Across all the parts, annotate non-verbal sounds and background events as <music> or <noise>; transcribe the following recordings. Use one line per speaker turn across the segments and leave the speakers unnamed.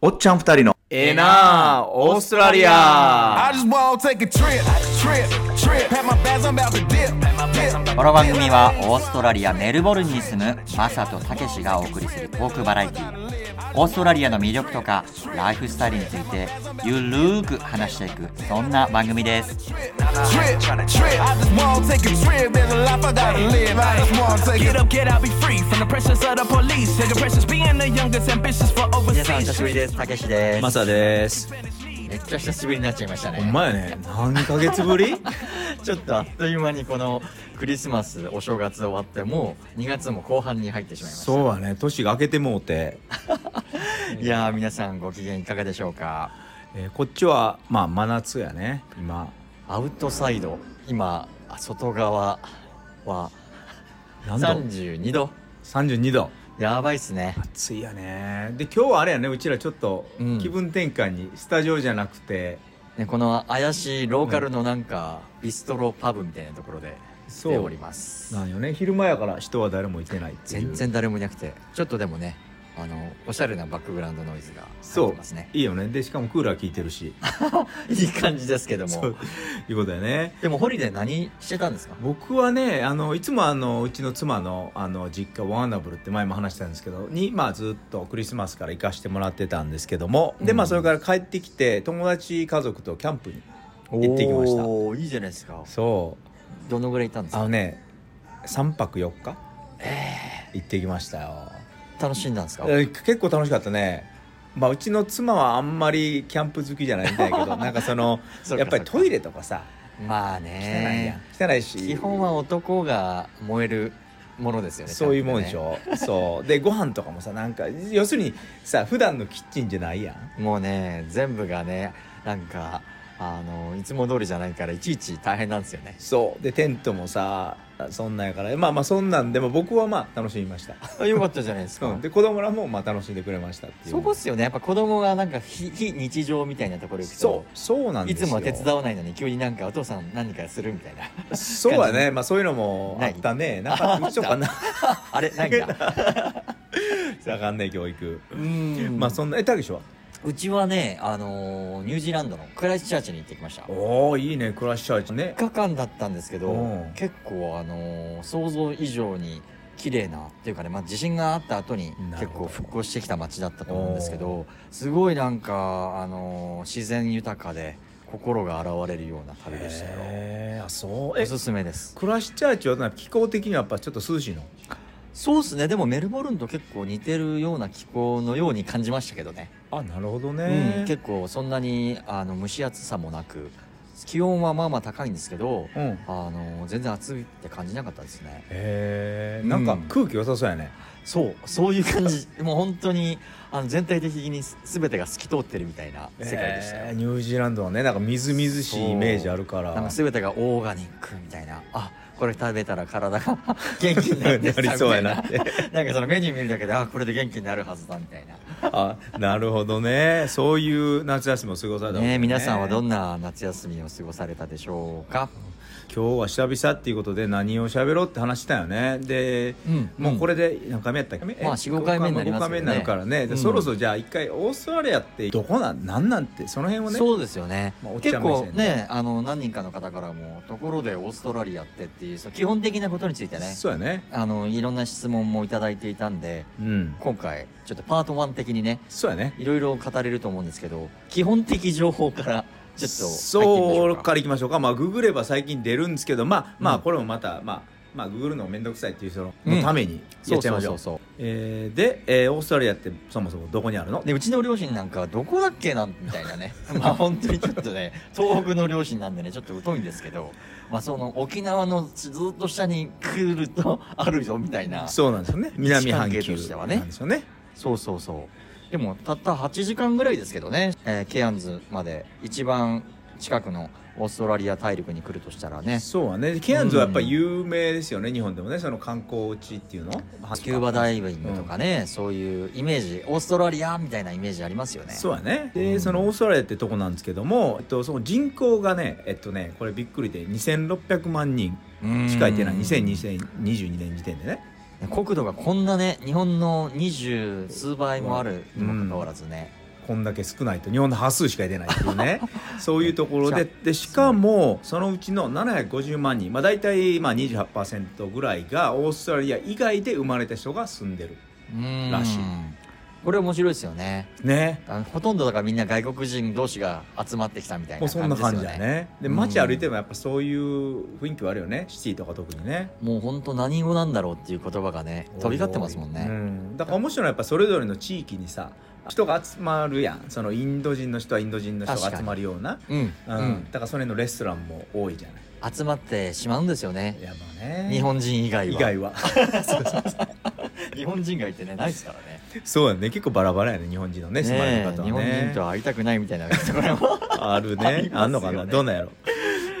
おっちゃん二人の
ええなあオーストラリア
I just wanna take a trip, trip, trip. Pack my bags, I'm about to dip. dip.
この番組はオーストラリアメルボルンに住むマサとタケシがお送りするトークバラエティオーストラリアの魅力とかライフスタイルについてゆるーく話していくそんな番組です、
Trip, trip. I just wanna take a trip. There's a life I gotta live. I just wanna take
Get
a
up, get out, be free from the pressures of the police. Take the pressures being the youngest, ambitious for
皆さんお
overseas.
久しぶりですタケシです、
マサです
めっちゃ久しぶりになっちゃいましたね
ほんまやね何ヶ月ぶり
ちょっとあっという間にこのクリスマスお正月終わってもう2月も後半に入ってしまいました
<laughs> そうはね年が明けてもうて、
いやー皆さんご機嫌いかがでしょうか
えーこっちはまあ真夏やね今
アウトサイド今外側は
何度
32度
?32 度
やばいっすね
暑いやねで今日はあれやねうちらちょっと
うん
気分転換に、スタジオじゃなくて
ねこの怪しいローカルのなんか、ビストロパブみたいなところで
そ
出てお
う
ります
なんよね昼間やから人は誰もいてないっていう
全然誰もいなくてちょっとでもねあのおしゃれなバックグラウンドノイズが入っ
そ
てます
う、
ね <laughs>
いいよねでしかもクーラー効いてるし
いい感じですけど
<laughs> そう
も
いうことやね
でもホリデー何してたんですか
僕はねあのいつもあのうちの妻のあの実家ワンダブルって前も話したんですけどに、まあ、ずっとクリスマスから行かしてもらってたんですけども、でまあそれから帰ってきて友達家族とキャンプに行ってきました
おーいいじゃないですか
そう
どのぐらい行ったんです
あの
か
ね3泊4日、行ってきましたよ
楽しんだんですか
えー結構楽しかったねまあうちの妻はあんまりキャンプ好きじゃないんだ <laughs> けどなんかその
そうか
やっぱりトイレとかさ
まあ
汚いや
ね
ん汚いし
基本は男が燃えるものですよね
そういうもんでし
ちゃとね
ょ、そうでご飯とかもさなんか要するにさ普段のキッチンじゃないやん
もうね全部がねなんかあのいつも通りじゃないからいちいち大変なんですよね <laughs>
そうでテントもさそんなんやからまあまあそんなんでも僕はまあ楽しみました、
あよかったじゃないです
う
か
ん、で子供らもまあ楽しんでくれましたっていう
そこっすよねやっぱ子供がなんか非非日常みたいなところ行くと
そうそうなんで
いつ
すよ
もは手伝わないのに急になんかお父さん何かするみたい
<laughs>
な
そうはねまあそういうのもあ
ない
ったねなんかったか <laughs> な
あれないんだ
わかんない教育、
うん
まあそんなえたけしは
うちはね、あのーニュージーランドのクライストチャーチに行ってきました3
おおいいねクラッシャーチね
日間だったんですけど
うん
結構、あのー想像以上に綺麗なっていうかね、まあ、地震があった後に
な
結
るほど
構復興してきた街だったと思うんですけどすごいなんか、あのー自然豊かで心が現れるような旅でしたよ
へえあそう
お
え
すすめです
クラッシャーチはなんか気候的にはやっぱちょっと涼しいの
そうですねでもメルボルンと結構似てるような気候のように感じましたけどね
あなるほど
うん、結構そんなにあの蒸し暑さもなく気温はまあまあ高いんですけど、
うんへ
あの全然暑いって感じなかったですね
え
うん
なんか空気良さそうやね、
そうそういう感じ <laughs> もう本当にあの全体的にす全てが透き通ってるみたいな世界でしたよ、
えーニュージーランドはねなんかみずみずしいイメージあるから
なんか全てがオーガニックみたいなあこれ食べたら体が <laughs> 元気になるんです
なりそうやな
みたいななんかそのメニュー見るだけであこれで元気になるはずだみたいな、
あなるほどねそういう夏休みを過ごされたわけ
ね皆さんはどん
な
な夏休みを過ごされたでしょうか、
今日は久々っていうことで何を喋ろうって話したよねで、
うん
もうこれで何回目やったっけ、ま
まあ4 5回目になりますよね
回目になるからね、で
うん
そろそろじゃあ一回オーストラリアってどこなんなんなんてその辺をね
そうですよね、
まあおっち
結
ゃん目
構
線で
ねあの何人かの方からもところでオーストラリアってっていうその基本的なことについてね
そうやね
あのいろんな質問もいただいていたんで
うん
今回ちょっとパート1的にね
そうやね
いろいろ語れると思うんですけど基本的情報からちょっと
そ
入
う
ってみましょうか
からいきましょうかまあググれば最近出るんですけどまあまあ
うん
これもまた、まあまあググるのめんどくさいっていう人の
うん
のためにやっちゃいましょう,、
そうそうそう
えーで、えーオーストラリアってそもそもどこにあるの
でうちの両親なんかはどこだっけなんみたいなね <laughs> まあ本当にちょっとね東北の両親なんでねちょっと疎いんですけど、まあ、その沖縄のずっと下に来るとあるよみたいな
そうなんですよね南半
位置関係
球
としては
なん
ね
ですよね
そうそうそう。でも、たった8時間ぐらいですけどね、えーケアンズまで一番近くのオーストラリア大陸に来るとしたらね、ス
そうはねケアンズはやっぱり有名ですよね、日本でもねその観光地っていうの
キューバダイビングとかね、そういうイメージ、オーストラリアみたいなイメージありますよね。
そうやね
う
で
ん
そのオーストラリアってとこなんですけども、えっと、その人口がねえっとねこれびっくりで2600万人
うん
しかいてない2022年時点でね
国土がこんなね、日本の20数倍もあるにもかかわらずね、
こんだけ少ないと日本の半数しか出ないっていう
<laughs>
ねそういうところ
めっ
ででしかもそのうちの750万人、まあ、大体まあ28%ぐらいがオーストラリア以外で生まれた人が住んでる
うん
らしい
これ面白いですよね
ね
あのほとんどだからみんな外国人同士が集まってきたみたいな
もうそんな感じ
ですよ
だね
ね
で
うん
街歩いてもやっぱそういう雰囲気はあるよねシティとか特にね
もう本当何語なんだろうっていう言葉がね飛び交ってますもん
う
ね
だから面白いのはやっぱそれぞれの地域にさ人が集まるやんそのインド人の人はインド人の人
確
が
かに
集まるような、
うん、
うんだからそれのレストランも多いじゃな
う
い
ん集まってしまうんですよね
やっぱね
日本人以外は
以外は
日本人外ってねないですからね
そうやね結構バラバラやね日本人のね住ま
ね
れる方
え
はね
日本人とは会いたくないみたいなところも
ある
ありますよ
ね
ね
あんのかなどんなんやろ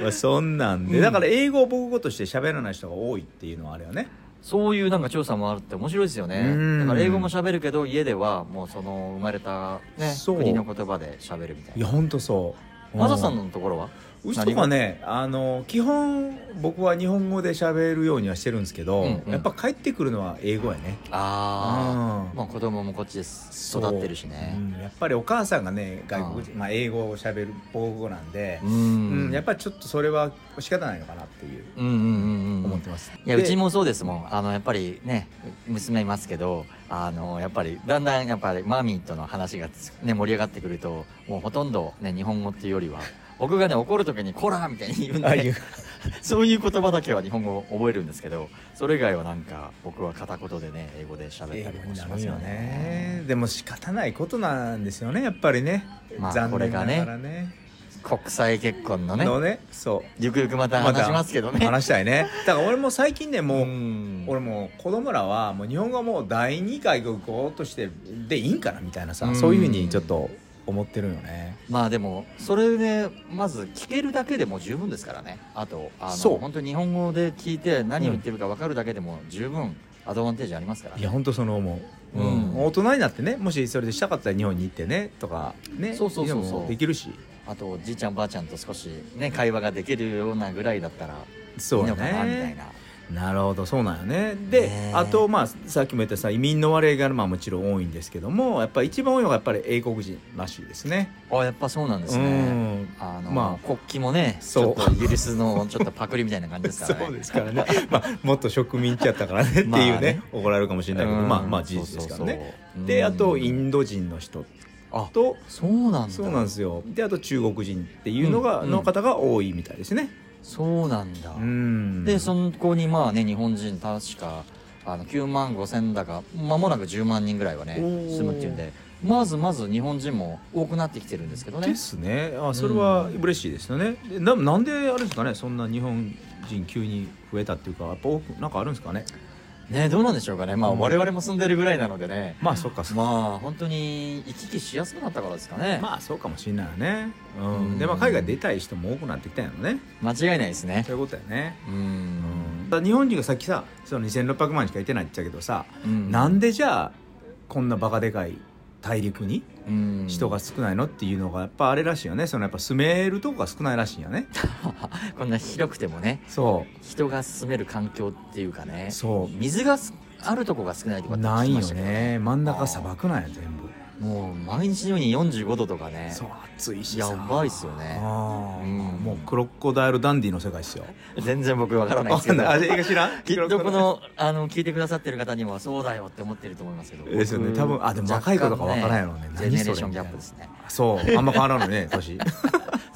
まあそんなんで、だから英語を母語として喋らない人が多いっていうのはあれよね
<laughs> そういうなんか調査もあるって面白いですよ
うん
ねだから英語も喋るけど家ではもうその生まれた、ね、
そう
国の言葉で喋るみたい
い
な
やほんとそう
マサさんのところは
うちとかねあの基本僕は日本語で喋るようにはしてるんですけど、
うんうん
やっぱ帰ってくるのは英語やね
あ
う
あ
ん
まあ子供もこっちです
そう
育ってるしね
うんやっぱりお母さんがね外国人、まあ、英語を喋る母語なんで、
うん
うんやっ
ぱ
ぱりちょっとそれは仕方ないのかなっていう
うんうんうんうん
思ってます、
いや
で
うちもそうですもんあのやっぱりね娘いますけどあのやっぱりだんだんやっぱりマーミーとの話がつ、ね、盛り上がってくるともうほとんど、ね、日本語っていうよりは僕がね怒る時に「こら!」みたいに言うん
ああい
で
う
<laughs> そういう言葉だけは日本語を覚えるんですけどそれ以外はなんか僕は片言でね英語で喋っ
英
た
語
りも
に
し
な
ます
る
よ
よ
ね。
ねでも仕方ないことなんですよねやっぱりね、
まあ
残
これ
念
が
な
ね
がらね
国際結婚のね
のねそう
ゆくゆくまた話しますけどね。
話したいねだから俺も最近ねもう、
うん
俺もう子供らはもう日本語はもう第二外国語としてでいいんかなみたいなさ、
うん
そういうふうにちょっと思ってるよね
まあでもそれでまず聞けるだけでも十分ですからねあとあ
そ
の
う
本当に日本語で聞いて何を言ってるか分かるだけでも十分アドバンテージありますから
いや本当その思う、
うん
大人になってねもしそれでしたかったら日本に行ってねとかね
そうそうそうそう
いのもできるし
あとじいちゃんばあちゃんと少しね会話ができるようなぐらいだったらい
そ
いうの
ね
かなみたいな
なるほどそうなんよねで
ねえ
あとまあさっきも言ったさ移民の割合がまあもちろん多いんですけどもやっぱ一番多いのがやっぱり英国人らしいですね
あやっぱそうなんですね
ん
あの、
まあ
国旗もねちょ
そ
っ
う
とイギリスのちょっとパクリみたいな感じですからね
<laughs> そうですからね、まあ、もっと植民地やったからねっていう
まあ
ね,、
ね
怒られるかもしれないけど、
うん
まあまあ事実ですから
そ
ね
うそうそう
で
うん
あとインド人の人
あ
と
そうなんだ
そうなんですよであと中国人っていうのが、
うん
の方が多いみたいですね
そうなんだ
うん
でそこにまあね日本人確かあの9万5千だか間もなく10万人ぐらいはね
おー
住むっていうんでまずまず日本人も多くなってきてるんですけどね
ですねあそれは嬉しいですよね、でななんであれですかねそんな日本人急に増えたっていうかやっぱ多くなんかあるんですかね
ねどうなんでしょうかねまあ
うん
我々も住んでるぐらいなのでね
まあそっかそっか
まあ本当に行き来しやすくなったからですかね、
まあそうかもしれないよね、うん
うん
でまあ海外出たい人も多くなってきたんやろね
間違いないですね
そういうことやね
う
うん
ん、
だから日本人がさっきさその2600万しかいてないって言ったけどさ、
うん
なんでじゃあこんなバカでかい大陸に
うん
人が少ないのっていうのがやっぱあれらしいよねそのやっぱ住めるとこが少ないらしいんよね
こんな広くてもね
そ
人が住める環境っていうかね
そう
水がすあるとこが少ないと
う
かって聞
な
き
いよ
ましたけど
ね真ん中砂漠なんや全部
もう毎日のように45度とかね
そう暑いし
や
さ
ばいっすよね
あ
う
ー
ん
もうクロコダイルダンディの世界っすよ
全然僕わからないですけど
あ映画知らん
きっとこ
クロコダイル
のあの聞いてくださってる方にもそうだよって思ってると思いますけど
ですよね多分あでも若い子とかわからんやろうね
ジェ
何それ
ネレーションギャップですね
そうあんま変わらん
<laughs>
のね年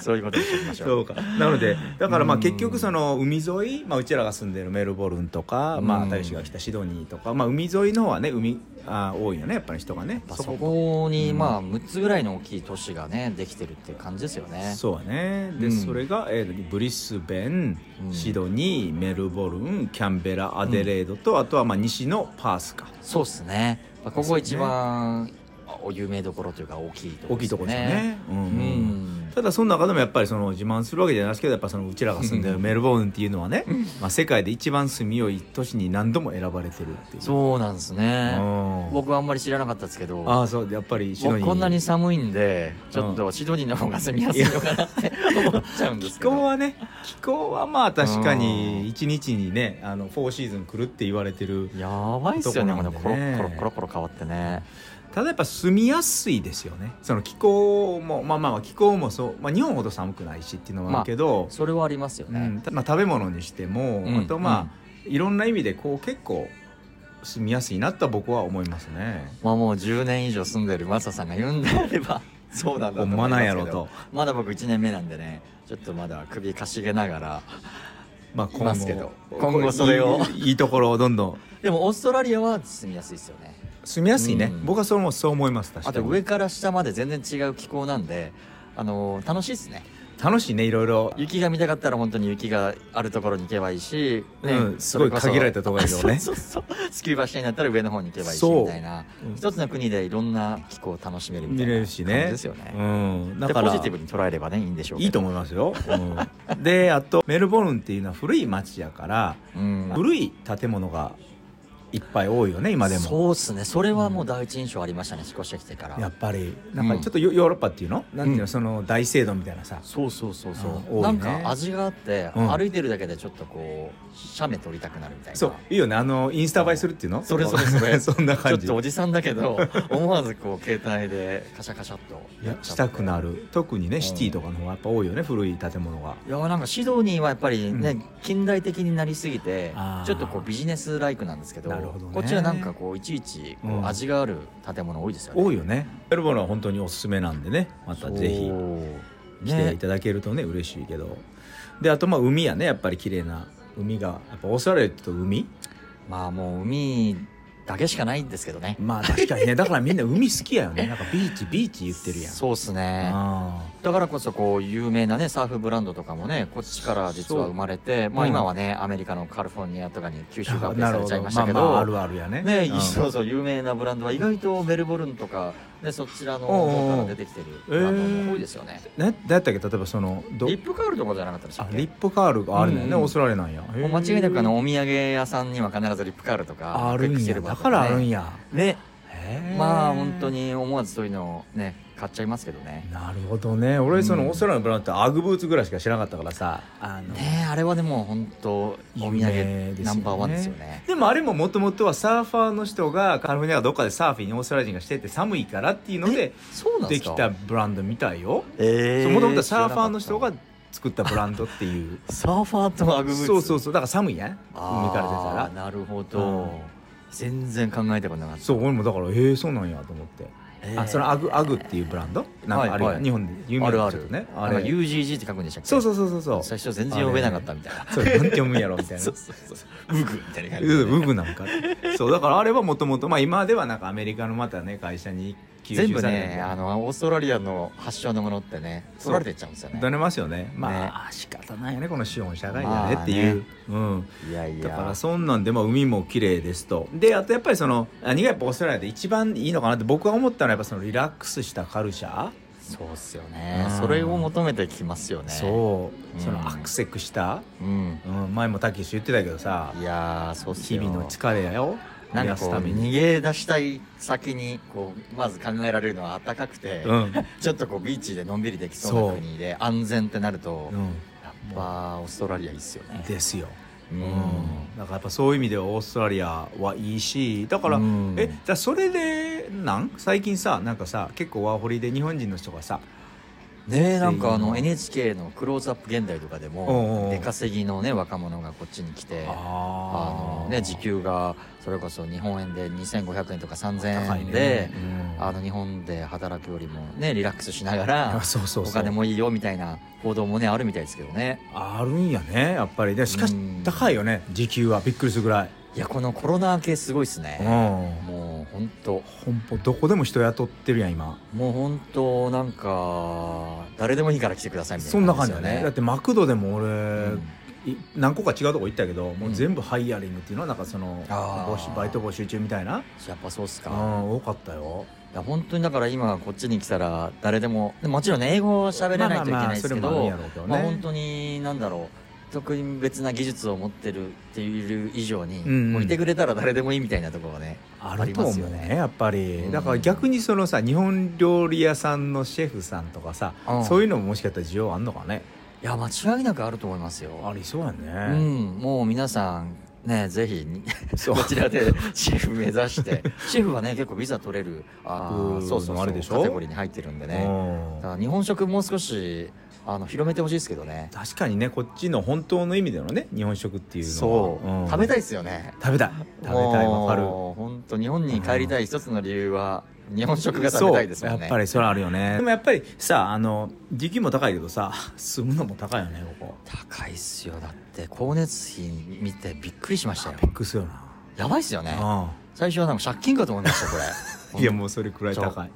そういうことにしておきましょう
そうかなのでだからま
う
あ
ん
結局その海沿い、まあ、うちらが住んでるメルボルンとか、ま
う
あ、
ん
大使が来たシドニーとか、まあ、海沿いの方はね海あ多いよねやっぱり人がね
まあそこにまあ6つぐらいの大きい都市がねできてるっていう感じですよね
そうやねで、
うん
それが、えーブリスベン
うん
シドニーメルボルンキャンベラアデレードと、あとはまあ西のパースか
そうっすねまあここ一番お有名どころというか大きいところ
大き
で
い
す
と
よ
こ
ね
ですよね。うん
うん
ただその中でもやっぱりその自慢するわけじゃないですけどやっぱそのうちらが住んでるメルボルンっていうのはね、まあ、世界で一番住みよい都市に何度も選ばれてるっていう。
そうなんですね
うん
僕はあんまり知らなかったですけど
ああそうやっぱりシド
僕
ニー
こんなに寒いんでちょっとシドニーの方が住みやすいのかな <laughs> って思っちゃうんです
気
けど
候はね気候はまあ確か
うん
に一日にねあの4シーズン来るって言われてる
やばいっすよね
とこ
この
なんでね
コロコロコロコロ変わってね
ただやっぱ住みやすいですよねその気候もまあまあまあ気候もそう、まあ、日本ほど寒くないしっていうのはあるけど、
それはありますよ
う
ね、
んたまあ、食べ物にしても、
うん
あとまあ、いろんな意味でこう結構住みやすいなとは僕は思いますね。
まあもう10年以上住んでるマサさんが言うんであれ <laughs> ばそうなんだと思いますけど
思わないやろと
まだ僕1年目なんでねちょっとまだ首かしげながら
まあ、
いますけど今後それを
い <laughs> いいいところをどんどん
でもオーストラリアは住みやすいですよね
住みやすいね、
うん
僕はそう思そう思います確
あ
か
と
に
上から下まで全然違う気候なんであのー楽しいですね
楽しいねいろいろ
雪が見たかったら本当に雪があるところに行けばいいし、
うんすご
それ
い
こそ
限られたところだけどね
<laughs> そうそうそうスキューバーしたいんだったら上の方に行けばいいし
そう
みたいな、一つの国でいろんな気候を楽しめるみたい
見
な感
れる
じ
しね
ですよね、
うん、だ
で
から
ポジティブに捉えればねいいんでしょうけど
いいと思いますよ、うん、であとメルボルンっていうのは古い町やから、
うん
古い建物がいっぱい多いよね今でも
そうっすねそれはもう第一印象ありましたね、少し来てから
やっぱりなんかちょっとヨヨーロッパっていうの、なんていう
うん
のその大聖堂みたいなさ
そうそうそう
う
なん
多いね
か味があって、
うん
歩いてるだけでちょっとこう写メ撮りたくなるみたいな
そういいよねあのインスタ映えするっていうの
それそれそれ
<laughs> そんな感じ
ちょっとおじさんだけど <laughs> 思わずこう携帯でカシャカシャっと
いやしたくな
る
る特にねシティとかの方がやっぱ多いよね古い建物が
いやなんかシドニーはやっぱりね、
う
近代的になりすぎて
あー
ちょっとこうビジネスライクなんですけど
なるほどね
こっちはなんかこういちいちこう
うん
味がある建物多いですよね、
多いよねメルボルンは本当におすすめなんでねまたぜひ
そう
来てい
ね
ただけるとね嬉しいけどであとまあ海やねやっぱり綺麗な海がやっぱオーストラリアって言うと海
まあもう海だけしかないんですけどね
まあ確かにね <laughs> だからみんな海好きやよねなんかビーチビーチ言ってるやん
そうっすね
あ
だからこそこう有名なねサーフブランドとかもねこっちから実は生まれて、まあ
うん
今はねアメリカのカリフォルニアとかに吸収
あ
合併
な
さ
る
れ
ほ
ちゃい
ど
まし
ま
た
あ
け
ま
ど、
ああるあるやね
ね、
うん
そうそう有名なブランドは意外とメルボルンとか、ね、そちらの
おうおう
方から出てきてるブランドも多いですよね、
ねだったっけ例えばそのど
リップカールとかじゃなかったでした
あ
っ
リ
け
ップカールがあるんだよね、
うん
オーストラリアなんや
もう間違いなくあのお土産屋さんには必ずリップカールとか
あるんやだからあるん
や
や
ね
へー
まあ本当に思わずそういうのをね買っちゃいますけどね
なるほどね俺そのオーストラリアのブランドってアグブーツぐらいしか知らなかったからさあの
ねあれはでも本当お土
有
産
名ですよね
ナンバーワンですよね
でもあれももともとはサーファーの人がカリフォルニアがどっかでサーフィンオーストラリア人がしてて寒いからっていうので
そうなんで
です
か
きたブランドみたいよ
え
もともとサーファーの人が作ったブランドっていう
サーファーとアグブーツ
そうそうそうだから寒いやん海から出た
あー
ら
なるほ
うん
ど全然考えたことなかった
そう俺もだからええそうなんやと思って、
え
あ
ー
そのアグアグっていうブランドなんかあれ、
はいはい
日本で有名
ある
な
あ
ちょっ
る
とね
あれ UGG って書くんでしたっけ
そう
う
そうそうそうそう
最初全然読めなかったみたいな
そうなんて読むんやろみたいな
そうそうそうウグみたいな感じで
ウグなんかそうだからあれはもともとまあ今ではなんかアメリカのまたね会社に吸
全
収
部
され
ねあ
て
のオーストラリアの発祥のものってね
そ
取
う
られてっちゃうんですよね
取れますよねまあ
ね
あ仕方ないよねこの資本社会だねっていう、うん
いやいや
だからそんなんで、まあ、海も綺麗ですとであとやっぱりその何がやっぱオーストラリアで一番いいのかなって僕が思ったのはやっぱそのリラックスしたカルチャー、
そうっすよね
うん
それを求めてきますよね
そうそ
うん
のアクセクした、
うん
うん、前もたけし言ってたけどさ
いやーそうっす
日
よ
々の疲れやよ
なんか
癒
こ
す
う
ために
逃げ出したい先にこうまず考えられるのは暖かくて、
うん
ちょっとこうビーチでのんびりできそうな国で安全ってなると、
う
やっ
ん
ぱオーストラリアいいっすよね。
ですよ
う
うん
ん
だからやっぱそういう意味ではオーストラリアはいいしだから、
うん
えじゃあそれでなん最近さなんかさ結構ワーホリで日本人の人がさ
ねえなんかあ
う
の
ん
NHK の「クローズアップ現代」とかで
おうお
も
う
出稼ぎのね若者がこっちに来て。あのね、時給がそれこそ日本円で2500円とか3000円で、あ
あ
の日本で働くよりもねリラックスしながら
そうそうそう
お金もいいよみたいな報道もねあるみたいですけどね
あるんやねやっぱりでしかし
うん
高いよね時給はびっくりするぐらい、
いやこのコロナ明けすごいっす
うん
ね、もう本当
本舗どこでも人雇ってるやん今
もう本当なんか誰でもいいから来てくださいみた
そ
い
ん
な
な感じだ
ですよ
ねだってマクドでも俺、
ん
い何個か違うとこ行ったけどもう全部ハイヤリングっていうのはなんかその
あー
募集バイト募集中みたいな
やっぱそうっす
う
か、
ん多かったよ
いや本当にだから今こっちに来たら誰でもでもちろんね英語を喋れないといけないですけ
まあまあまあ
ど
それもあるんやろうけどね
まあ本当になんだろう特別な技術を持ってるっていう以上に、
んうん
もういてくれたら誰でもいいみたいなところはね
あると
あります
思
よ
うね
ね
やっぱり
うん
だから逆にそのさ日本料理屋さんのシェフさんとかさ、
うん
そういうのももしかしたら需要あんのかね
いや間違いなくありそうですよあると思いますよ
ありそうや
う
ね、
ん、もう皆さんねぜひに
そう
こちらでシェフ目指
<laughs>
してシェフはね結構ビザ取れるあ
う
ー
ん
そうそうそう
あれでしょ
カテゴリーに入ってるんでね
うん
だから日本食もう少しあの広めてほしいですけどね
確かにねこっちの本当の意味でのね日本食っていうのは
そう、
ん
食べたいですよね
食べたい食べたいわかる
本当日本に帰りたい一つの理由は日本食が食べたいですもん
そう
ね
やっぱりそれあるよねでもやっぱりさあの時期も高いけどさ住むのも高いよねここ
高いっすよだって光熱費見てびっくりしましたよ
びっくりするよな
やばいっすよね
あ
最初はなんか借金かと思いましたこ
あ
れ
<laughs> いやもうそれくらい高い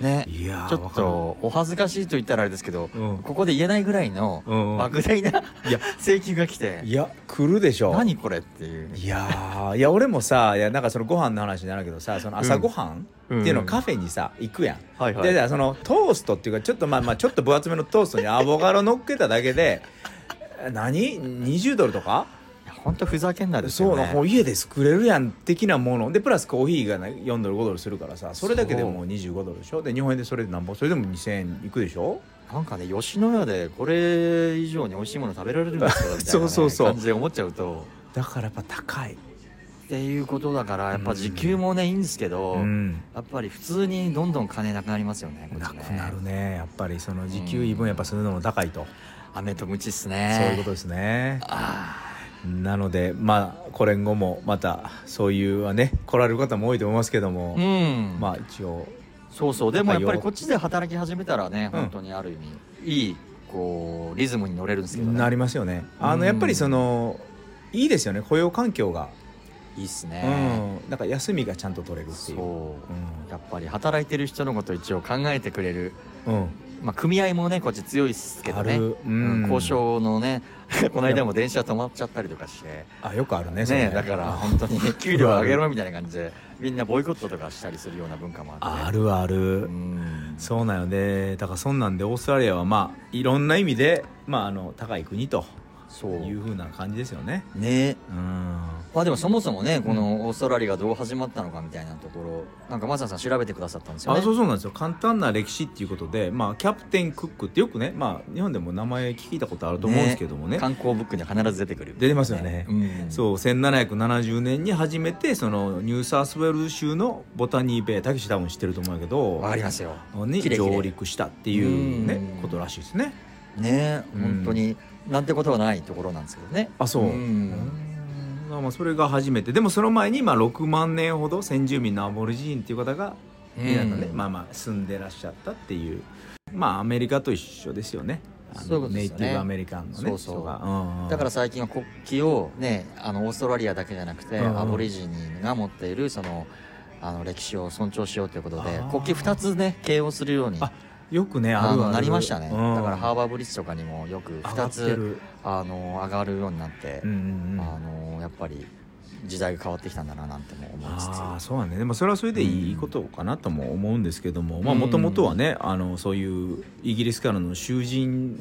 ね
いやー
ちょっとお恥ずかしいと言ったらあれですけど、
うん
ここで言えないぐらいの
うんうん
莫大な
いや
請求が来て
いや来るでしょ
何これっていう
いやーいや俺もさいやなんかそのご飯の話になるけどさその朝ごはん、
うん
っていうのをカフェにさ行くやん、
はいはい
ででそのトーストっていうかちょっとまあまあちょっと分厚めのトーストにアボカド乗っけただけで何20ドルとか
いや本当ふざけんなです
そ
よ
う
ね
なもう家で作れるやん的なものでプラスコーヒーが、ね、4ドル5ドルするからさそれだけでもう25ドルでしょで日本円でそれでなんぼそれでも2000円いくでしょ
なんかね吉野家でこれ以上に美味しいもの食べられるんですかみたいなね、
そうそうそう
感じで思っちゃうと
だからやっぱ高い
っていうことだからやっぱ時給もねいいんですけど、
うん
やっぱり普通にどんどん金なくなりますよねこっ
な
ち
く
ね
なるねやっぱりその時給異分やっぱするのも高いと、
雨とムチっすね
そういうことですね
あ
なのでまあこれ後もまたそういうはね来られる方も多いと思いますけども、
あうん
まあ一応
そうそうでも
な
や
ん
っ
かよ
ぱりこっちで働き始めたらね、
うん
本当にある意味いいこうリズムに乗れるんですけどね
なりますよねあ
うん
のやっぱりそのいいですよね雇用環境が、
いいっす
う
ね、
んなんか休みがちゃんと取れるっていう
そううやっぱり働いてる人のことを一応考えてくれる
ん、うん、
まあ組合もねこっち強いっすけど
あ
ね、
るうん
うん交渉のね <laughs> この間も電車止まっちゃったりとかして
あよくあるねそれ
ねだから本
<laughs>
当に給料上げろみたいな感じでみんなボイコットとかしたりするような文化もあって
あるあ
う
る、
ん
そうなんよねだからそんなんでオーストラリアはまあいろんな意味でまああの高い国と
そ
いうふうな感じですよね
ね
うん
まあでもそもそもねこのオーストラリアがどう始まったのかみたいなところなんかマサさん調べてくださったんですよね
あそうそうなんですよ簡単な歴史っていうことで、まあ、キャプテンクックってよくね、まあ、日本でも名前聞いたことあると思うんですけどもね
観光ブックには必ず出てくる
出てますよね
うん
そう1770年に初めてそのニューサースウェールズ州のボタニーベイたけし多分知ってると思うんやけど
わかりますよ
に
キレキレ
上陸したっていうね
うん
ことらしいですね
ね
うん
本当になんてことはないところなんですけどね
あそうんまあまあそれが初めてでもその前にまあ6万年ほど先住民のアボリジーンっていう方が、なんかね
うん
まあまあ住んでらっしゃったっていうまあアメリカと一緒ですよねあの
そういうことですよね
ネイティブアメリカンのね
そうそう
人が、うんうん
だから最近は国旗をねあのオーストラリアだけじゃなくて、
うんうん
アボリジニが持っているそのあの歴史を尊重しようということで
あー
国旗2つね掲揚するように
あよくねある
あ
ある
のなりましたね、
うん
だからハーバーブリッジとかにもよく
上が
2
って
つ
る
あの上がるようになって、
うんうんうん
あのやっぱり時代が変わってきたんだななんても思いつつ
ああそうなんねでもそれはそれでいいことかなとも思うんですけどもまあ
うん
もともとはねあのそういうイギリスからの囚人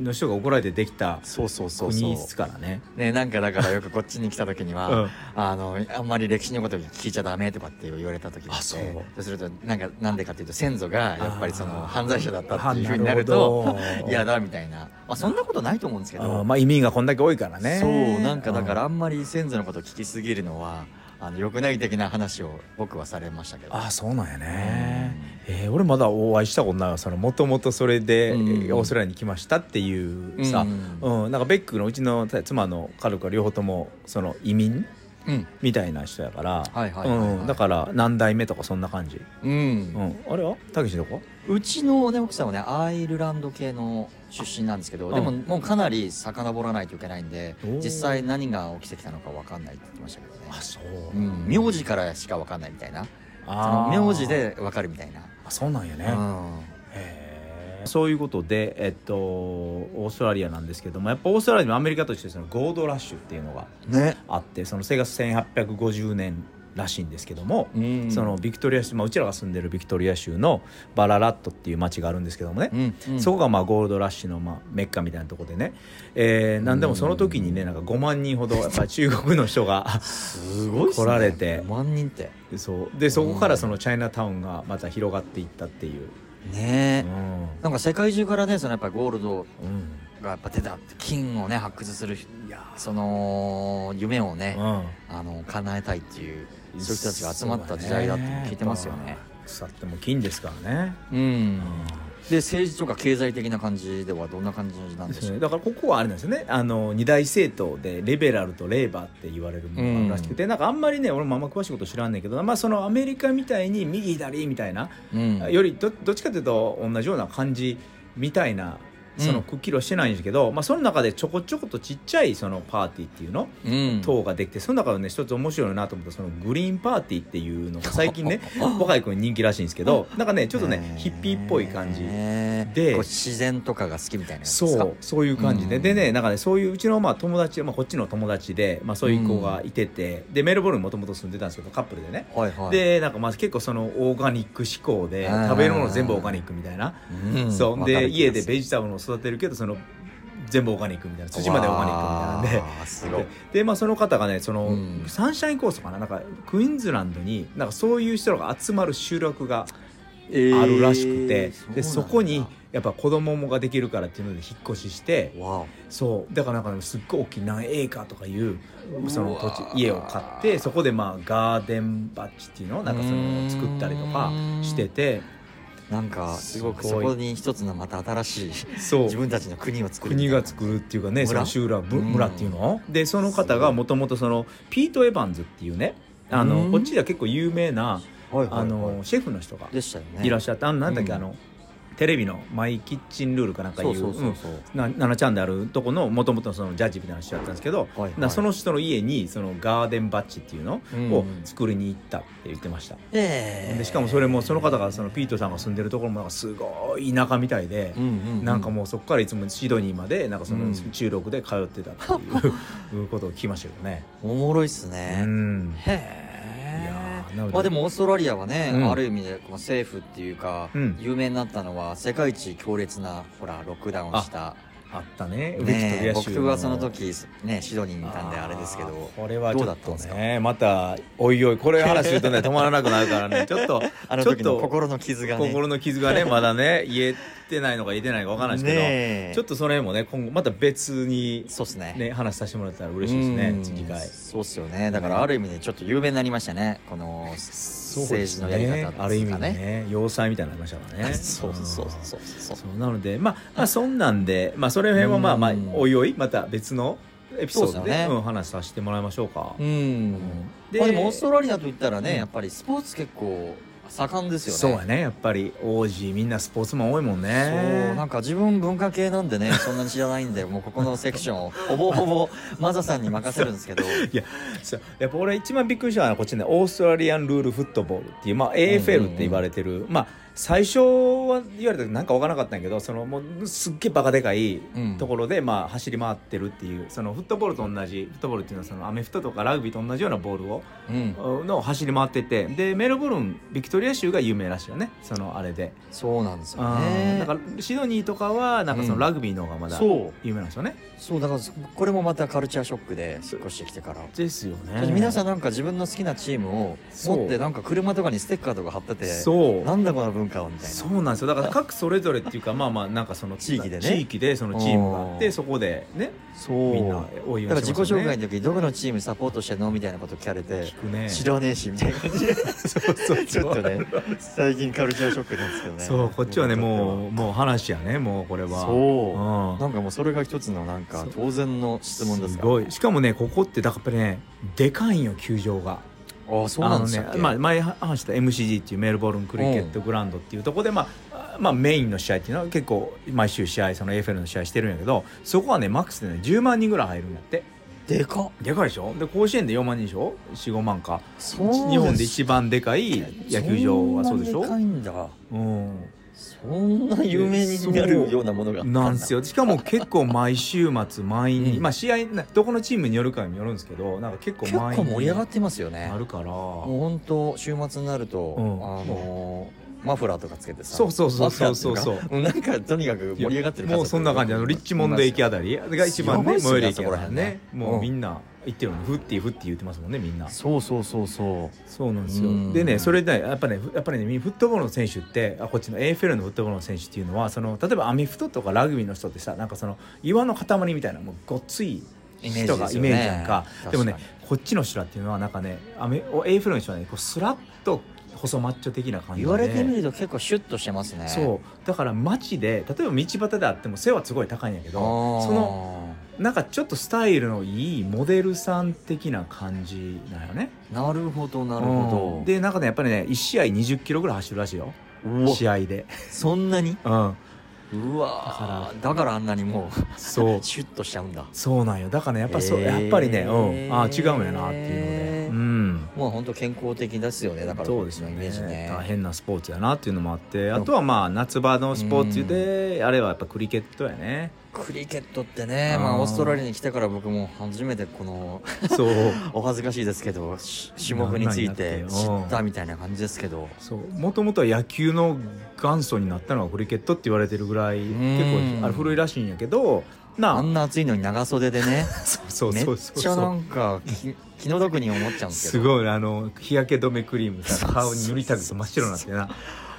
の人が怒られてできた
そうそうそうそう
国ですからね
ね、なんかだからよくこっちに来た時には、
うん
あのあんまり歴史のこと聞いちゃダメとかって言われた時があ
あ
っ
そ
て
う
そうするとなんかなんでかっていうと先祖がやっぱりその
あー
犯罪者だったっていう
あ
ふうになると
なるほど
嫌だみたいな、まあ、そんなことないと思うんですけ
あー
ど、
まあ移民がこんだけ多いからね
そうなんかだから
あ
あんまり先祖のこと聞きすぎるのはあの良くない的な話を僕はされましたけど
あーそうなんやねえー俺まだお会いしたことないわそのもともとそれで、
うん
えーオーストラリアに来ましたっていうさ、
う
うんなんかベックのうちの妻の家族は両方ともその移民
うん、
みたいな人やから
はいはいはいはい
うんだから何代目とかそんな感じ、
うん
うん、あれはたけしどこ
うちの、ね、奥さんはねアイルランド系の出身なんですけど、
うん
でももうかなり遡らないといけないんで
おー
実際何が起きてきたのか分かんないって言ってましたけどね、、
そううん
名字からしか分かんないみたいなその名字で分かるみたいな、
あそうなんやね、
うん
へーそういうことで、えっと、オーストラリアなんですけどもやっぱオーストラリアもアメリカとしてそのゴールドラッシュっていうのが
ね
あってその生活1850年らしいんですけども、
うん
そのビクトリア州、まあ、うちらが住んでるビクトリア州のバララットっていう町があるんですけどもね、
うんうん
そこがまあゴールドラッシュのまあメッカみたいなとこでね、えーなんでもその時にねなんか5万人ほ
<laughs>
どやっぱ中国の人が
すごいっすね
来られて
5万人って
そうでそこからそのチャイナタウンがまた広がっていったっていう。
ね
うん
なんか世界中からねそのやっぱりゴールド
うん
がやっぱ出たって金をね発掘するその夢をね、
うん
あの叶えたいっていうそういう人たちが集まった時代だって聞いてますよね。
腐っても金ですからね
うん、で政治とか経済的な感じではどんな感じなんでしょう
だからここはあれなんですよねあの二大政党でレベラルとレーバーって言われるものがあるらしくて、なんかあんまりね俺もあんま詳しいこと知らんねんけど、まあ、そのアメリカみたいに右左みたいな、
うん
よりどどっちかというと同じような感じみたいなそのくっきりはしてないんですけど、まあ、その中でちょこちょことちっちゃいそのパーティーっていうの、
うん
党ができてその中でね一つ面白いなと思ったそのグリーンパーティーっていうのが最近ね若い子に人気らしいんですけどなんかねちょっとねヒッピーっぽい感じ。
へー
で
こう自然とかが好きみたいなやつですか
そうそういう感じで、
うん
でねなんかねそういううちのまあ友達、まあ、こっちの友達で、まあ、そういう子がいてて、でメルボルンもともと住んでたんですけどカップルでね、
はいはい
でなんかまあ結構そのオーガニック志向で
あー
食べるもの全部オーガニックみたいな、
うん
そう
わかる気が
です家でベジタブルを育てるけどその全部オーガニックみたいな土までオーガニックみたいなんで。
わあすごい
で <laughs> でまあ、その方がねその、
うん
サンシャインコーストかななんかクイーンズランドになんかそういう人らが集まる集落があるらしくて、でそこにやっぱ子供もができるからっていうので引っ越しして
わ
そうだからなんかねすっごい大きい何エーカーとかいう
わ
その土地家を買ってそこでまあガーデンバッジっていうのなんかそういうのを作ったりとかしてて
なんかすごく
す
そ
ごい
こに一つのまた新しい
そう
自分たちの国を作る
国が作るっていうかね
村
その集落ぶ
うん
村っていうのでその方
すご
が
い
もともとそのピート・エヴァンズっていうねあ
う
の
ん
こっちでは結構有名な
はいはいはい
あのシェフの人が
でしたよね
いらっしゃってあのなんだっけ
うん
あのテレビの「マイ・キッチン・ルール」かなんかい
そう
う
そうそう
うん
そう
な7ちゃんであるとこのもともとそのジャッジみたいな人だったんですけど、
はいはい
なその人の家にそのガーデンバッジっていうの
うん
を作りに行ったって言ってました、
ええ
でしかもそれもその方がそのピートさんが住んでるところもなんかすごい田舎みたいで、
うんうんうん
なんかもうそこからいつもシドニーまでなんかそ
うん
の中録で通ってたっていうことを聞きましたけ
<laughs>
どね。
おもろいっす
う
ね
ん
へ
いや
え
ーなので
まあでもオーストラリアはね、
うん
ある意味でこう政府っていうか、
うん
有名になったのは世界一強烈なほらロックダウンした
あったねウィクトリ
ね
ア州
僕はその時ねシドニーにいたんであれですけ
あ
ど
ーこれは
ど
ち
うだ
ょ
っ
った
ん
と
ですか
ねまたおいおいこれ話するとね止まらなくなるからねちょっと
<laughs> あの
ちょっ
時の
と
心の傷がね
心の傷がねまだね言えてないのか言えてないのかわからないですけど、
ねえ
ちょっとそれもね今後また別に
そうっすね
ね話させてもらったら嬉しいですね
うん
次回
そうっすよねだからある意味でちょっと有名になりましたねこの政治のやり方
ある
で
意
すか
味
ね
ね要塞みたいになりましたから
<laughs>
ね
そうそう
うん
そうそう
そうなのでまあまあそんなんでまあそれ辺はまあまあ
うん
おいおいまた別のエピソー
そ
ド
う
で
ですよね
うん話させてもらいましょうか
う、ん
で
まあでもオーストラリアといったらね、
うん
やっぱりスポーツ結構盛んですよね
そうやねやっぱり王子みんなスポーツマン多いもんね
そうなんか自分文化系なんでねそんなに知らないんでもうここのセクションをほぼほぼマザさんに任せるんですけど
いや <laughs> そうやっぱ俺一番びっくりしたのはこっちねオーストラリアンルールフットボールっていう、まあ、
うんうん
AFL って言われてる、まあ最初は言われたらなんかわからなかったんやけどそのもうすっげえバカでかい
うん
ところで、まあ、走り回ってるっていうそのフットボールと同じフットボールっていうのはそのアメフトとかラグビーと同じようなボールを
うん
の走り回っててでメルボルンビクトリア州が有名らしいよねそのあれで、
そうなんですよ
うん
ね
だからシドニーとかはなんかそのラグビーの方がまだ
そう
有名なんですよね、
そうだからこれもまたカルチャーショックで引っ越してきてから
ですよね
皆さん
ん
なんか自分の好きなチームを
そう
持ってなんか車とかにステッカーとか貼ってて
そう
なんだこの文化はみたいな
そうなんですよだから各それぞれっていうかまあまあなんかその
地域でね
地域でそのチームがあっ
おー
てそこでね
そ
みんな応
だ
援
から
し
自
て
己
ますよ
紹
ね
介の時どこのチームサポートしてんのみたいなこと聞かれて
聞くね
知らねえしみたいな感じでちょっとね最近カルチャーショックなんですけどね
そうこっちはね
う
もうもう話やねもうこれは
そう、
う
なんかもうそれが一つのなんか当然の質問
ん、
です
す
か
ごいしかもねここってだからやっぱりねでかいんよ球場が
ああそうなんです
あのね、まあ、前話した MCG っていうメルボルンクリケットグラウンドっていうところで、まあまあ、メインの試合っていうのは結構毎週試合その AFL の試合してるんやけどそこはねマックスでね10万人ぐらい入るんやって
でかっ
でかいでしょで甲子園で4万人でしょ45万か
そうです
日本で一番でかい野球場はそうでしょ
そんなでかいんだ
うん
そんな有名になるようなものがあっただ
なんですよしかも結構毎週末満員に、
うん
まあ試合などこのチームによるかによるんですけどなんか結構
結
満員
構盛り上がっ
って
ますよね
なるから
もう本当週末になると、
うん
あのーマフラーとかつけてさ
そうそうそうそうそうそう
マフラーっていうかうんなんかとにかく盛り上がってる
もうそんな感じあのリッチモンド駅あ
り
たりが一番
やばい
ね
っすよね
最寄り駅あたり
そこら辺
ね
ね
もうみんな言ってるのにフッティフッティ言ってますもんねみんな
そうそうそうそ
そうなんです
う
よ
ん
でねそれでやっぱねやっぱりねフットボールの選手ってあこっちの AFL のフットボールの選手っていうのはその例えばアメフトとかラグビーの人ってさなんかその岩の塊みたいなもうごっつい人が
イ
イ
メージですよね
メージなんか
確かに
でもねこっちの人らっていうのはなんかねアメ AFL の人はねこうスラッと細マッチョ的な感
う
じで
言われてみると結構シュッとしてますね
そうだから街で例えば道端であっても背はすごい高いんやけど
あー
そのなんかちょっとスタイルのいいモデルさん的な感じなんよね
なるほどなるほ
うん
ど
でなんかねやっぱりね1試合2 0キロぐらい走るらしいよ
うわ
試合で
そんなに
うん
うわだからだからあんなにもう
そう
シュッとしちゃうんだ
そうなんよだからねやっぱそう、
へー
やっぱりね、うん、ああ違うんやなっていうのでうん
もう本当健康的ですよねだから
そうですよ
こっちのイメージ
ね大
ね
変なスポーツやなっていうのもあってあとはまあ夏場のスポーツであれはやっぱクリケットやね
クリケットってねま
う
あ
ん
オーストラリアに来てから僕も初めてこの
そう
<laughs> お恥ずかしいですけどし種目について知
なんなんやって
ったみたいな感じですけど
そうもともとは野球の元祖になったのがクリケットって言われてるぐらい結
うん
構あれ古いらしいんやけど
あ
なあ
んな暑いのに長袖でね
そう <laughs> そう
めっ
そうそう
ちゃなんかき気の毒に思っちゃうんです
す
けど
ごいあの日焼け止めクリームさ顔に塗りたくて真っ白になってな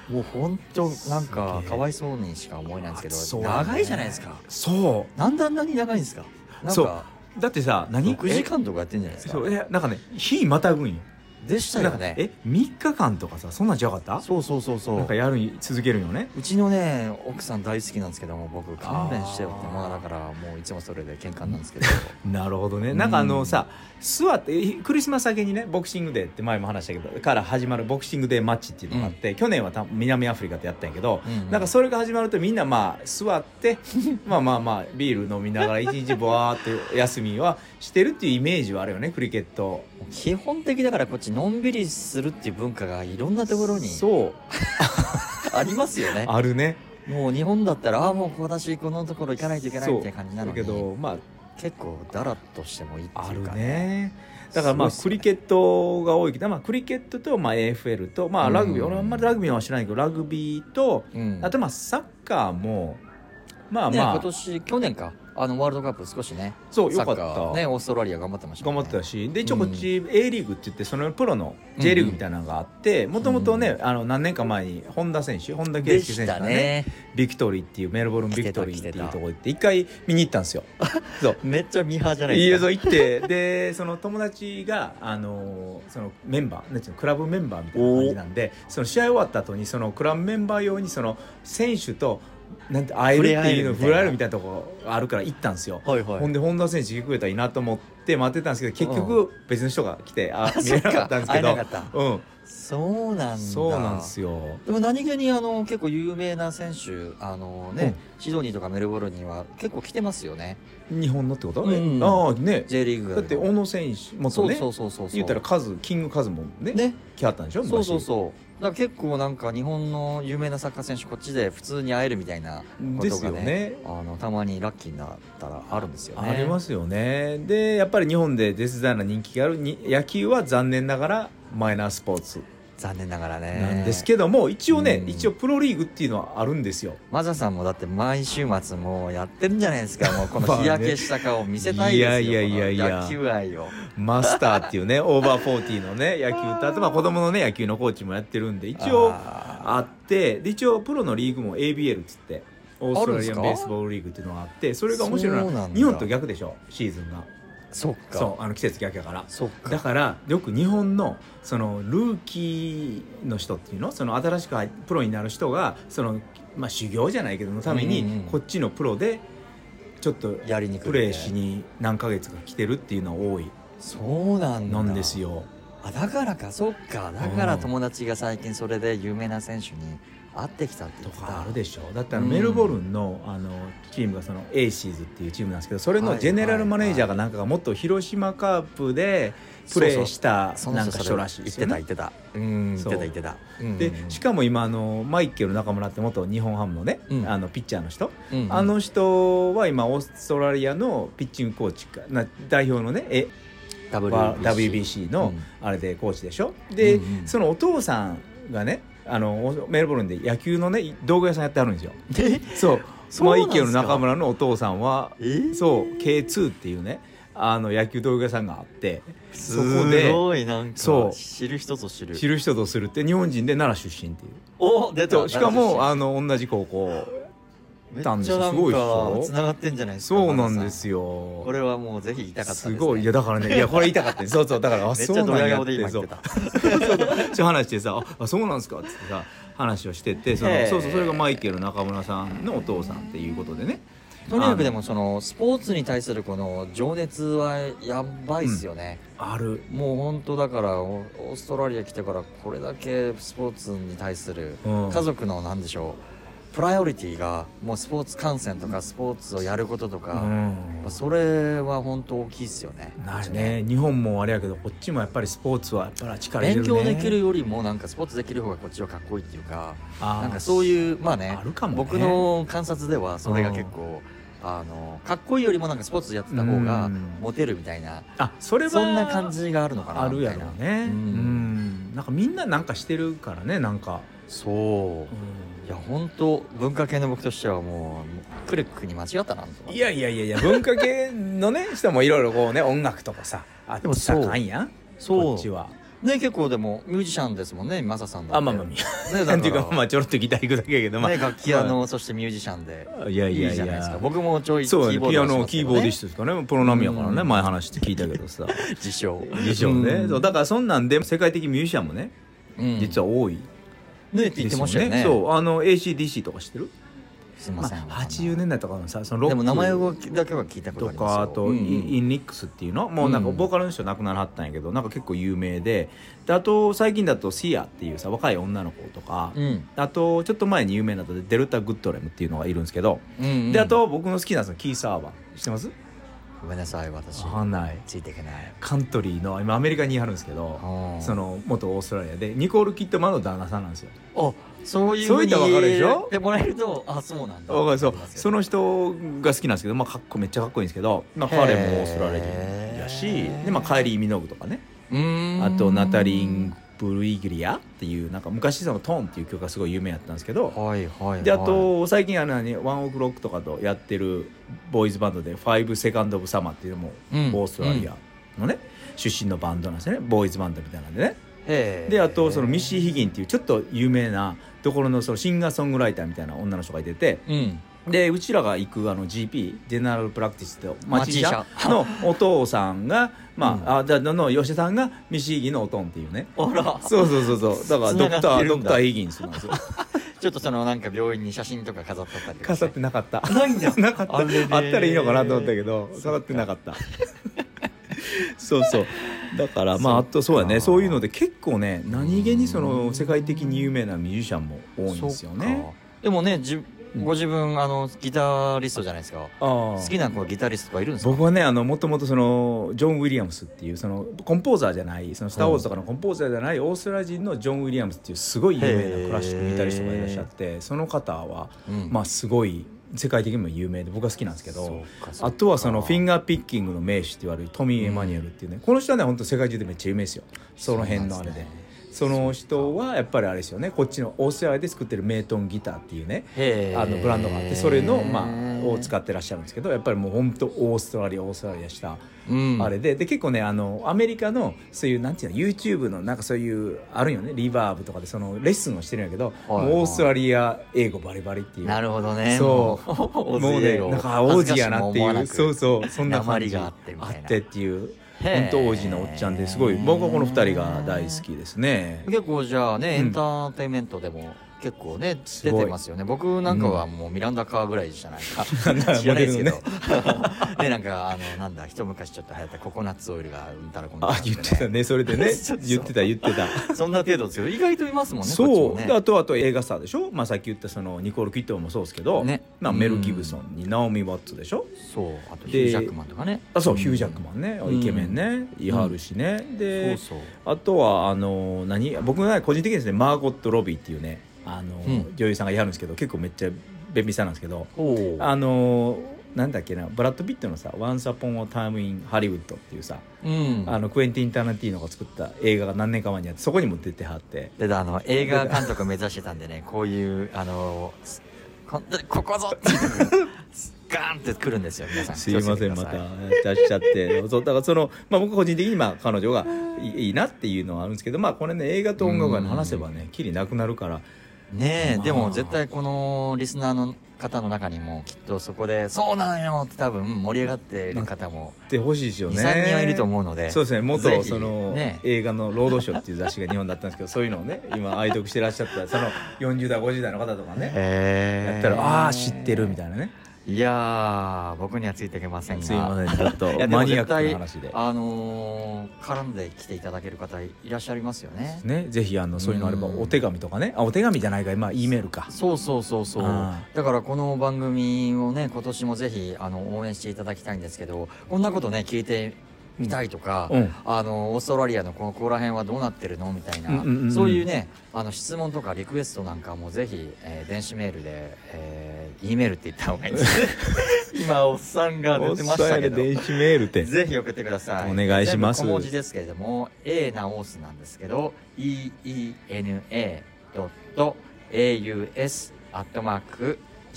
もう本当なんかかわいそうにしか思えないんですけ
そ
ど
う
長いじゃないですか
そ
なんであんなに長いんですかなん
そう
か
うだってさ何
6時間とかやってんじゃないで
え
すか
そうえなんかね日またぐんよ
でした
な
よ
んか
ね
え3日間とかさそんなんじゃなかった
そうそうそうそ
なん
う
かやるん続けるんよね
うちのね奥さん大好きなんですけども僕勘弁してよって
あー
まあだからもういつもそれで喧嘩なんですけ <laughs> ど
なるほどね
ん
なんかあのさ座ってえクリスマス明けにねボクシングデーって前も話したけどから始まるボクシングデーマッチっていうのがあって、去年はた南アフリカでやったんやけど、
うんうん
なんかそれが始まるとみんなまあ座って
<laughs>
まあまあまあビール飲みながら一日ぼわーっと休みはしてるっていうイメージはあるよねクリケット
基本的だからこっちのんびりするっていう文化がいろんなところに
そう
ありますよね
あるね
もう日本だったらああもう私このところ行かないといけないって感じなの
だけ
に
どまあ
結構だらっとしてもいいって
あ
い
る
うか
ねだからまあ
すご
ク
い
リ
っす
ケットが多いけど、まあ、クリケットとまあ AFL と、まあ、ラグビー、
うん
俺あんまりラグビーは知らないけどラグビーと
うん
あとまあサッカーもまあ
ね
まあ、
今年去年かあのワールドカップ少しね
そうよ
サッ
か
カ
った
ーねオーストラリア頑張ってましたも
頑
ん
張
ね
ってたしで一応こっち A リーグって言ってそのプロの J リーグみたいなのがあってもともとねあの何年か前に本田選手本田圭
で
佑
し
選手
た
がね
ね
ビクトリーっていうメルボルンビクトリーってい
来てた
うとこ行って一回見に行ったんで
<laughs>
すよ。そう
めっちゃミーハーじゃない
い
で
や
すか
そう行って <laughs> でその友達があのそのメンバーなんていうのクラブメンバーみたいな感じなんでその試合終わった後にそのクラブメンバー用にその選手となんて会えるっていうの
触
触
れ
れ
合
合
え
え
る
る
み
みたいなとこあるから行ったんですよ、
はいはい
ほんで本田選手来てくれたらいいなと思って待ってたんですけど結局別の人が来て、あ見えなかったんですけ
そっか会
ど
えなかった
うん、
そうなんだ
そうなんですよ
でも何気にあの結構有名な選手あのね、シドニーとかメルボルンには結構来てますよね
日本のってこと、
うん
ああね
J リーグが
だって小野選手も
そ
と
う
ね
そうそうそうそう
言ったらカズキングカズもね
ね
来はったんでしょ
そうそう
昔
そうだから結構なんか日本の有名なサッカー選手こっちで普通に会えるみたいなこ
で
と
す
が
よ
ね
ね
あのたまにラッキーになったらあるんですよね
ありますよねでやっぱり日本で絶大な人気があるに野球は残念ながらマイナースポーツ
残念ながらね
なんですけども、一応ね、
うん
一応プロリーグっていうのはあるんですよ
マザさんもだって毎週末もうやってるんじゃない
<laughs>
ですかもうこの
まあ
日
ね
焼けした顔見せたいですよ、
いやいやいやいや
この野球愛を
マスターっ
<laughs>
ていうねオーバーフォーティーのね野球とあとまあ子供のね野球のコーチもやってるんで一応
あ
あってで一応プロのリーグも ABL っつってオーストラリアン
ある
ベ
ん
ー
すか
スボールリーグっていうのがあってそれが面白い
そう
の
な
は
んだ
日本と逆でしょシーズン
ー
が
そっか
そうあの季節逆やから
そっか
だからよく日本のそのルーキーの人っていうのその新しく入プロになる人がその、まあ、修行じゃないけどのため
うんうんうん
にこっちのプロでちょっと
やりに来る
プレーしに何ヶ月か来てるっていうのは多い
そうなんだ
なんですよ。
あだからかそっかだから友達が最近それで有名な選手に会ってきたって
と
言って
か
た
あるでしょだってあの
うん
メルボルンのあのチームがそのエイシーズっていうチームなんですけどそれ
はい
のジェネラルマネージャーがなんかがもっと広島カープでプレーした
その
なん
人
か
そ
人
れ
らしいで
言っ
す
て
よ
た
ね
言ってたうん言って
そ
た
う
言ってた
でしかも今あのマイケル中村って元日本ハムのね、
うん
あのピッチャーの人、
うん
あの人は今オーストラリアのピッチングコーチかな代表のねえは WBC のあれでコーチでしょ、で、
うんうん
そのお父さんがねあのおメルボルンで野球のね道具屋さんやってあるんですよそう
そうなん
マ
す
イ
か
ケル中村のお父さんは
えー
そう K2 っていうねあの野球道具屋さんがあってそ
す
こで
ごいなんか
そう
知る人ぞ知る
知る人とするって日本人で奈良出身っていう
お出
そ
た
うしかもあ
の
の同じ高校
めっち
た
ゃなん
ですよ
ん
すごいっし
か
ょ
つながってんじゃないですか
そうなんで
よ
すよ
これはもうぜひ言いたかったです、
す
ね、
ごいいやだからねいやこれ言いたかったねそうそうだからあ
めっ
そ
ちゃ
う
ド
なん
ヤ
やっ
顔で
て
今言
そ
っ
う
てた
ちょ話してさ「ああそうなんですか」っつってさ話をしててそ
へ
の
え
そうそうそれがマイケル中村さんのお父さんっていうことでね
とにかくでもそのスポーツに対するこの情熱はやばいっすよね、
ある
もう本当だからオオーストラリア来てからこれだけスポーツに対する
うん
家族のなんでしょうプライオリティがもうスポーツ観戦とかスポーツをやることと
う
か、
ん
それは本当大きいっすよね
なるね日本もあれやけどこっちもやっぱりスポーツはやっぱり力入れ
勉
るね
強できるよりもなんかスポーツできる方がこっちはかっこいいっていうか
あー
なんかそういうまあね
あるかもね
僕の観察ではそれが結構あのかっこいいよりもなんかスポーツやってた方が
うん
モテるみたいな
あそれは
そんな感じがあるのかな
ある
み
や
たいな
ろうねう
うんん
なんかみんななんかしてるからねなんか、
そういや本当文化系の僕としてはもうクレックに間違ったなと
いやいやいやいや文化系のね <laughs> 人もいろいろこうね音楽とかさあで
で
も
も
さ
そう
かんやん
そう
こっちは
ね結構でもミュージシャンですもんねマサさんだって
あまあまあみ
ね
なんて
だ
いう
か
か <laughs> まあちょろっとギター行くだけやけどまあ、
ね楽器屋のそしてミュージシャンで
いやいやいや
いじゃないですか僕もちょい
そうや
キー
ね
ボー
ピ
ド
ア
をし
ノ
ますけ
キ
どね
ーボードですとかねプロ並みやからね、
うん
前話して聞いたけどさ
自称
でしょうね、
うん
そうだからそんなんで世界的ミュージシャンもね
うん
実は多い
ねって
で
言って
す
ましたよね
そうあの ACDC とか知ってる
すいません、
あ、80年代とかのさそのロッ
で
ク
も名前をだけは聞いたこと
と
あります
か
よ
あと、
うん
イインニックスっていうのもうなんか
うん
ボーカルの人亡くならはったんやけどなんか結構有名でであと最近だとシアっていうさ若い女の子とか、
うん
あとちょっと前に有名なのでデルタ・グッドレムっていうのがいるんですけど、
うんうん
であと僕の好きなそのキース・アーバン知ってます
ごめんなさい私
わかんない
ついていけない
カントリーの今アメリカにいはるんですけど
あー
その元オーストラリアでニコール・キッドマンの旦那さんなんですよ
あそういう
そう
ふ
いうっ
に
たらわかるでしょ
言ってもらえるとあそうなんだ
わかるそう
なりますよ
その人が好きなんですけど、まあ、かっこめっちゃかっこいいんですけど、まあ、
へー
彼もオーストラリア人やしで、まあ、カイリー・ミノグとかね
うーん
あとナタリン・ブルイグリアっていうなんか昔その「トーン」っていう曲がすごい有名やったんですけど
はいはい、はい、
であと最近あのねワンオクロックとかとやってるボーイズバンドで「ファイブ・セカンド・オブ・サマー」っていうのも
うん
オーストラリアのね出身のバンドなんですよねボーイズバンドみたいなんでね
へー
であとそのミッシー・ヒギンっていうちょっと有名なところのそのシンガーソングライターみたいな女の人がいてて
うん
でうちらが行くあの GP ジェネラルプラクティスと町
町
医
医
者
者
のお父さんがまあ,、あだのの吉田さんがミシーギのおとんっていうね
あら
そうそうそうそうだからドク
つな
タ
がっ
ー
てる
ド
ん
ク
だ
ターヒギンスなんですよ
ちょっとそのなんか病院に写真とか飾っとったりとか
<laughs> 飾
し
っててなかった
ないんだ
<laughs> なかったあ
あれね
ったらいいのかなと思ったけど飾ってなかった <laughs> そうそうだからまああとそうやねそういうので結構ね何気にその世界的に有名なミュージシャンも多いんですよ
そっ
ね
かでもねじご自分あのギタリストじゃないですか
ああ
好きな子ギタリストがいるんですか
僕はねあのもともとそのジョン・ウィリアムスっていうそのコンポーザーじゃないそのスター・ウォーズとかのコンポーザーじゃないオーストラリア人のジョン・ウィリアムスっていうすごい有名なクラシックギタリストがいらっしゃってその方は、
うん
まあすごい世界的にも有名で僕は好きなんですけ
そう
ど
かそうか
あとはそのフィンガーピッキングの名手って言われるトミー・エマニュエルっていうね、この人はね本当世界中でめっちゃ有名ですよその辺のあれ
そ
で。
うなんですね
その人はやっぱりあれですよねこっちのオーストラリアで作ってるメイトンギターっていうね
へー
あのブランドがあってそれの、まあ、を使ってらっしゃるんですけどやっぱりもう本当オーストラリアオーストラリアした
うん
あれで,、で結構ねあのアメリカのそういうなんていうの YouTube のなんかそういうあるんよねリバーブとかでそのレッスンをしてるんやけど、
はいはい
もうオーストラリア英語バリバリっていう。
なるほどね
そう
<laughs> もう
もうねなんか王子やなっていうそう
う
そうそんな感じ
訛りがあってみたいな
あってっていう
へー
本当王子のおっちゃんですごい僕はこの二人が大好きですね
結構じゃあねエ
うん
ンターテインメントでも結構ね
す
出
ごい
てますよね僕なんかはもうミランダカーぐらいじゃないか
ん
<laughs> 知らないですけどねなんかあのなんだ一昔ちょっと流行ったココナッツオイルがうんたらこんたら
あ
とか
言ってたねそれでね
<laughs> そうそう
言ってた言ってた
そんな程度ですよ意外といますもんね
そ
こ
う
っちもね
であとあと映画スターでしょ、まあ、さっき言ったそのニコール・キッドもそうですけど、
ね
まあ、
うん
メル・ギブソンにナオミ・ワッツでしょ
そうあとヒュージャックマンとかね
あそう、ヒュー・ジャックマンね
ん
イケメンね言いはるしね、で
そうそう
あとはあの何僕が個人的にですねマーゴット・ロビーっていうねあの、
うん
女優さんがいはるんですけど結構めっちゃ便利さんなんですけど
おー
あのなんだっけなブラッド・ピットのさ「Once Upon a Time in Hollywood」っていうさ、
うん
あのクエンティン・タランティーノが作った映画が何年か前にあってそこにも出てはって
であの映画監督目指してたんでねこういうあのこここぞっていうガーンってくるんですよ皆さん
<laughs> すいません
気を
ま
つけ
た
てくだ
や
さ
っちゃっちゃってそうだからその、まあ、僕個人的に今彼女がいいいなっていうのはあるんですけどまあこれね映画と音楽がね話せばねきりなくなるから
いねえで
まあ
も絶対このリスナーの方の中にもきっとそこで「そうなんよ」って多分盛り上がっている方も
ってほしいですよね
23人はいると思うので
そうですね
ぜ
元
ひ
その、
ね
映画の「労働省」っていう雑誌が日本だった
<laughs>
んですけどそういうのをね今愛読してらっしゃったその40代50代の方とかね
え
やったら「ああ知ってる」みたいなね
いやー僕にはついていけませんが
すいませんちょ
い
っ
や
と
でも
マニ
絶
アック
対
な話で。
あのー絡んできていただける方いらっしゃいますよね
ね、ぜひあのそういうのあれば
うん
お手紙とかねあお手紙じゃないか今 E メールか
そうそうそうそう
あ
だからこの番組をね今年もぜひあの応援していただきたいんですけどこんなことね聞いてみたいとか、
うん
あのオーストラリアのこのここら辺はどうなってるのみたいな、
うんうんうん
そういうねあの質問とかリクエストなんかもぜひ、えー電子メールで、えー、E メールって言った方がいいです
<laughs>
今おっさんが出てましたけど
電子メールって
ぜひ送ってください。
お願いします
全部小文字ですけれども、A 直すなんですけど、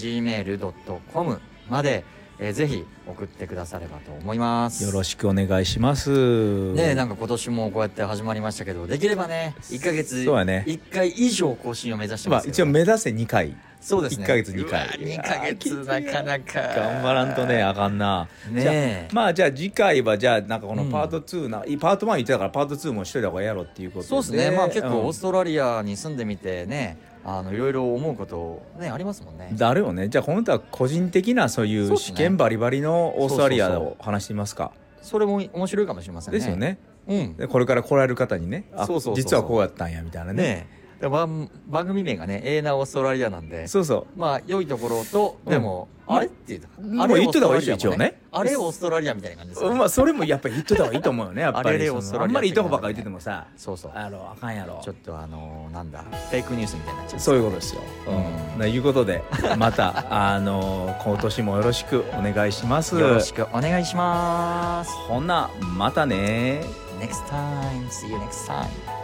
eena.aus.gmail.com まで、えーぜひ送ってくださればと思います。
よろ
し
しくお願いします
ねえ、なんか今年もこうやって始まりましたけど、できればね、1ヶ月、
そうやね
1回以上更新を目指して
ま
ま
あ
すけ
一応
ど、
目指せ2回
そうですね。
1ヶ月2回
2ヶ月なかなか。
頑張らんとね。あかんなじ
ね
ゃあ
え。
まあじゃあ次回はじゃあなんかこのパート2な、パート1言ってたからパート2もしといた方がええやろっていうことで
そうですね、まあ結構
うん
オーストラリアに住んでみてね、あのいろいろ思うことねありますもんね。
だるよねじゃあこの歌は個人的なそうい
そううっす
試
ね
験バリバリのオーストラリ
そう
ア
そう
を話してみますか
それも面白いかもしれませんね。
ですよ。ね
うん。
でこれから来られる方にねあ
そうそうそうそう
実はこうやったんやみたいなね
ねえ、で番番組名がね、エーナオーストラリアなんで、
そうそう
まあ良いところとでも、あれっていうと、
まあ
あれ
言っといた方がいい
オース
です
トラリアも
よ一応ね
あれオーストラリアみたいな感じですよね。
まあそれもやっぱり言っといた方がいいと思うよねやっぱ
あ
り
れれ
その
オーストラリア
あんまりいいとこばっかり言っててもさ
そうそう。
あのあかんやろ
ちょっとあのーなんだ、フェイクニュースみたいになっちゃう。
そういうことですよ。
うん
うん、ということでまたあの今年もよろしくお願いします。
よろしくお願いします。
ほなまたね
Next time, see you next time.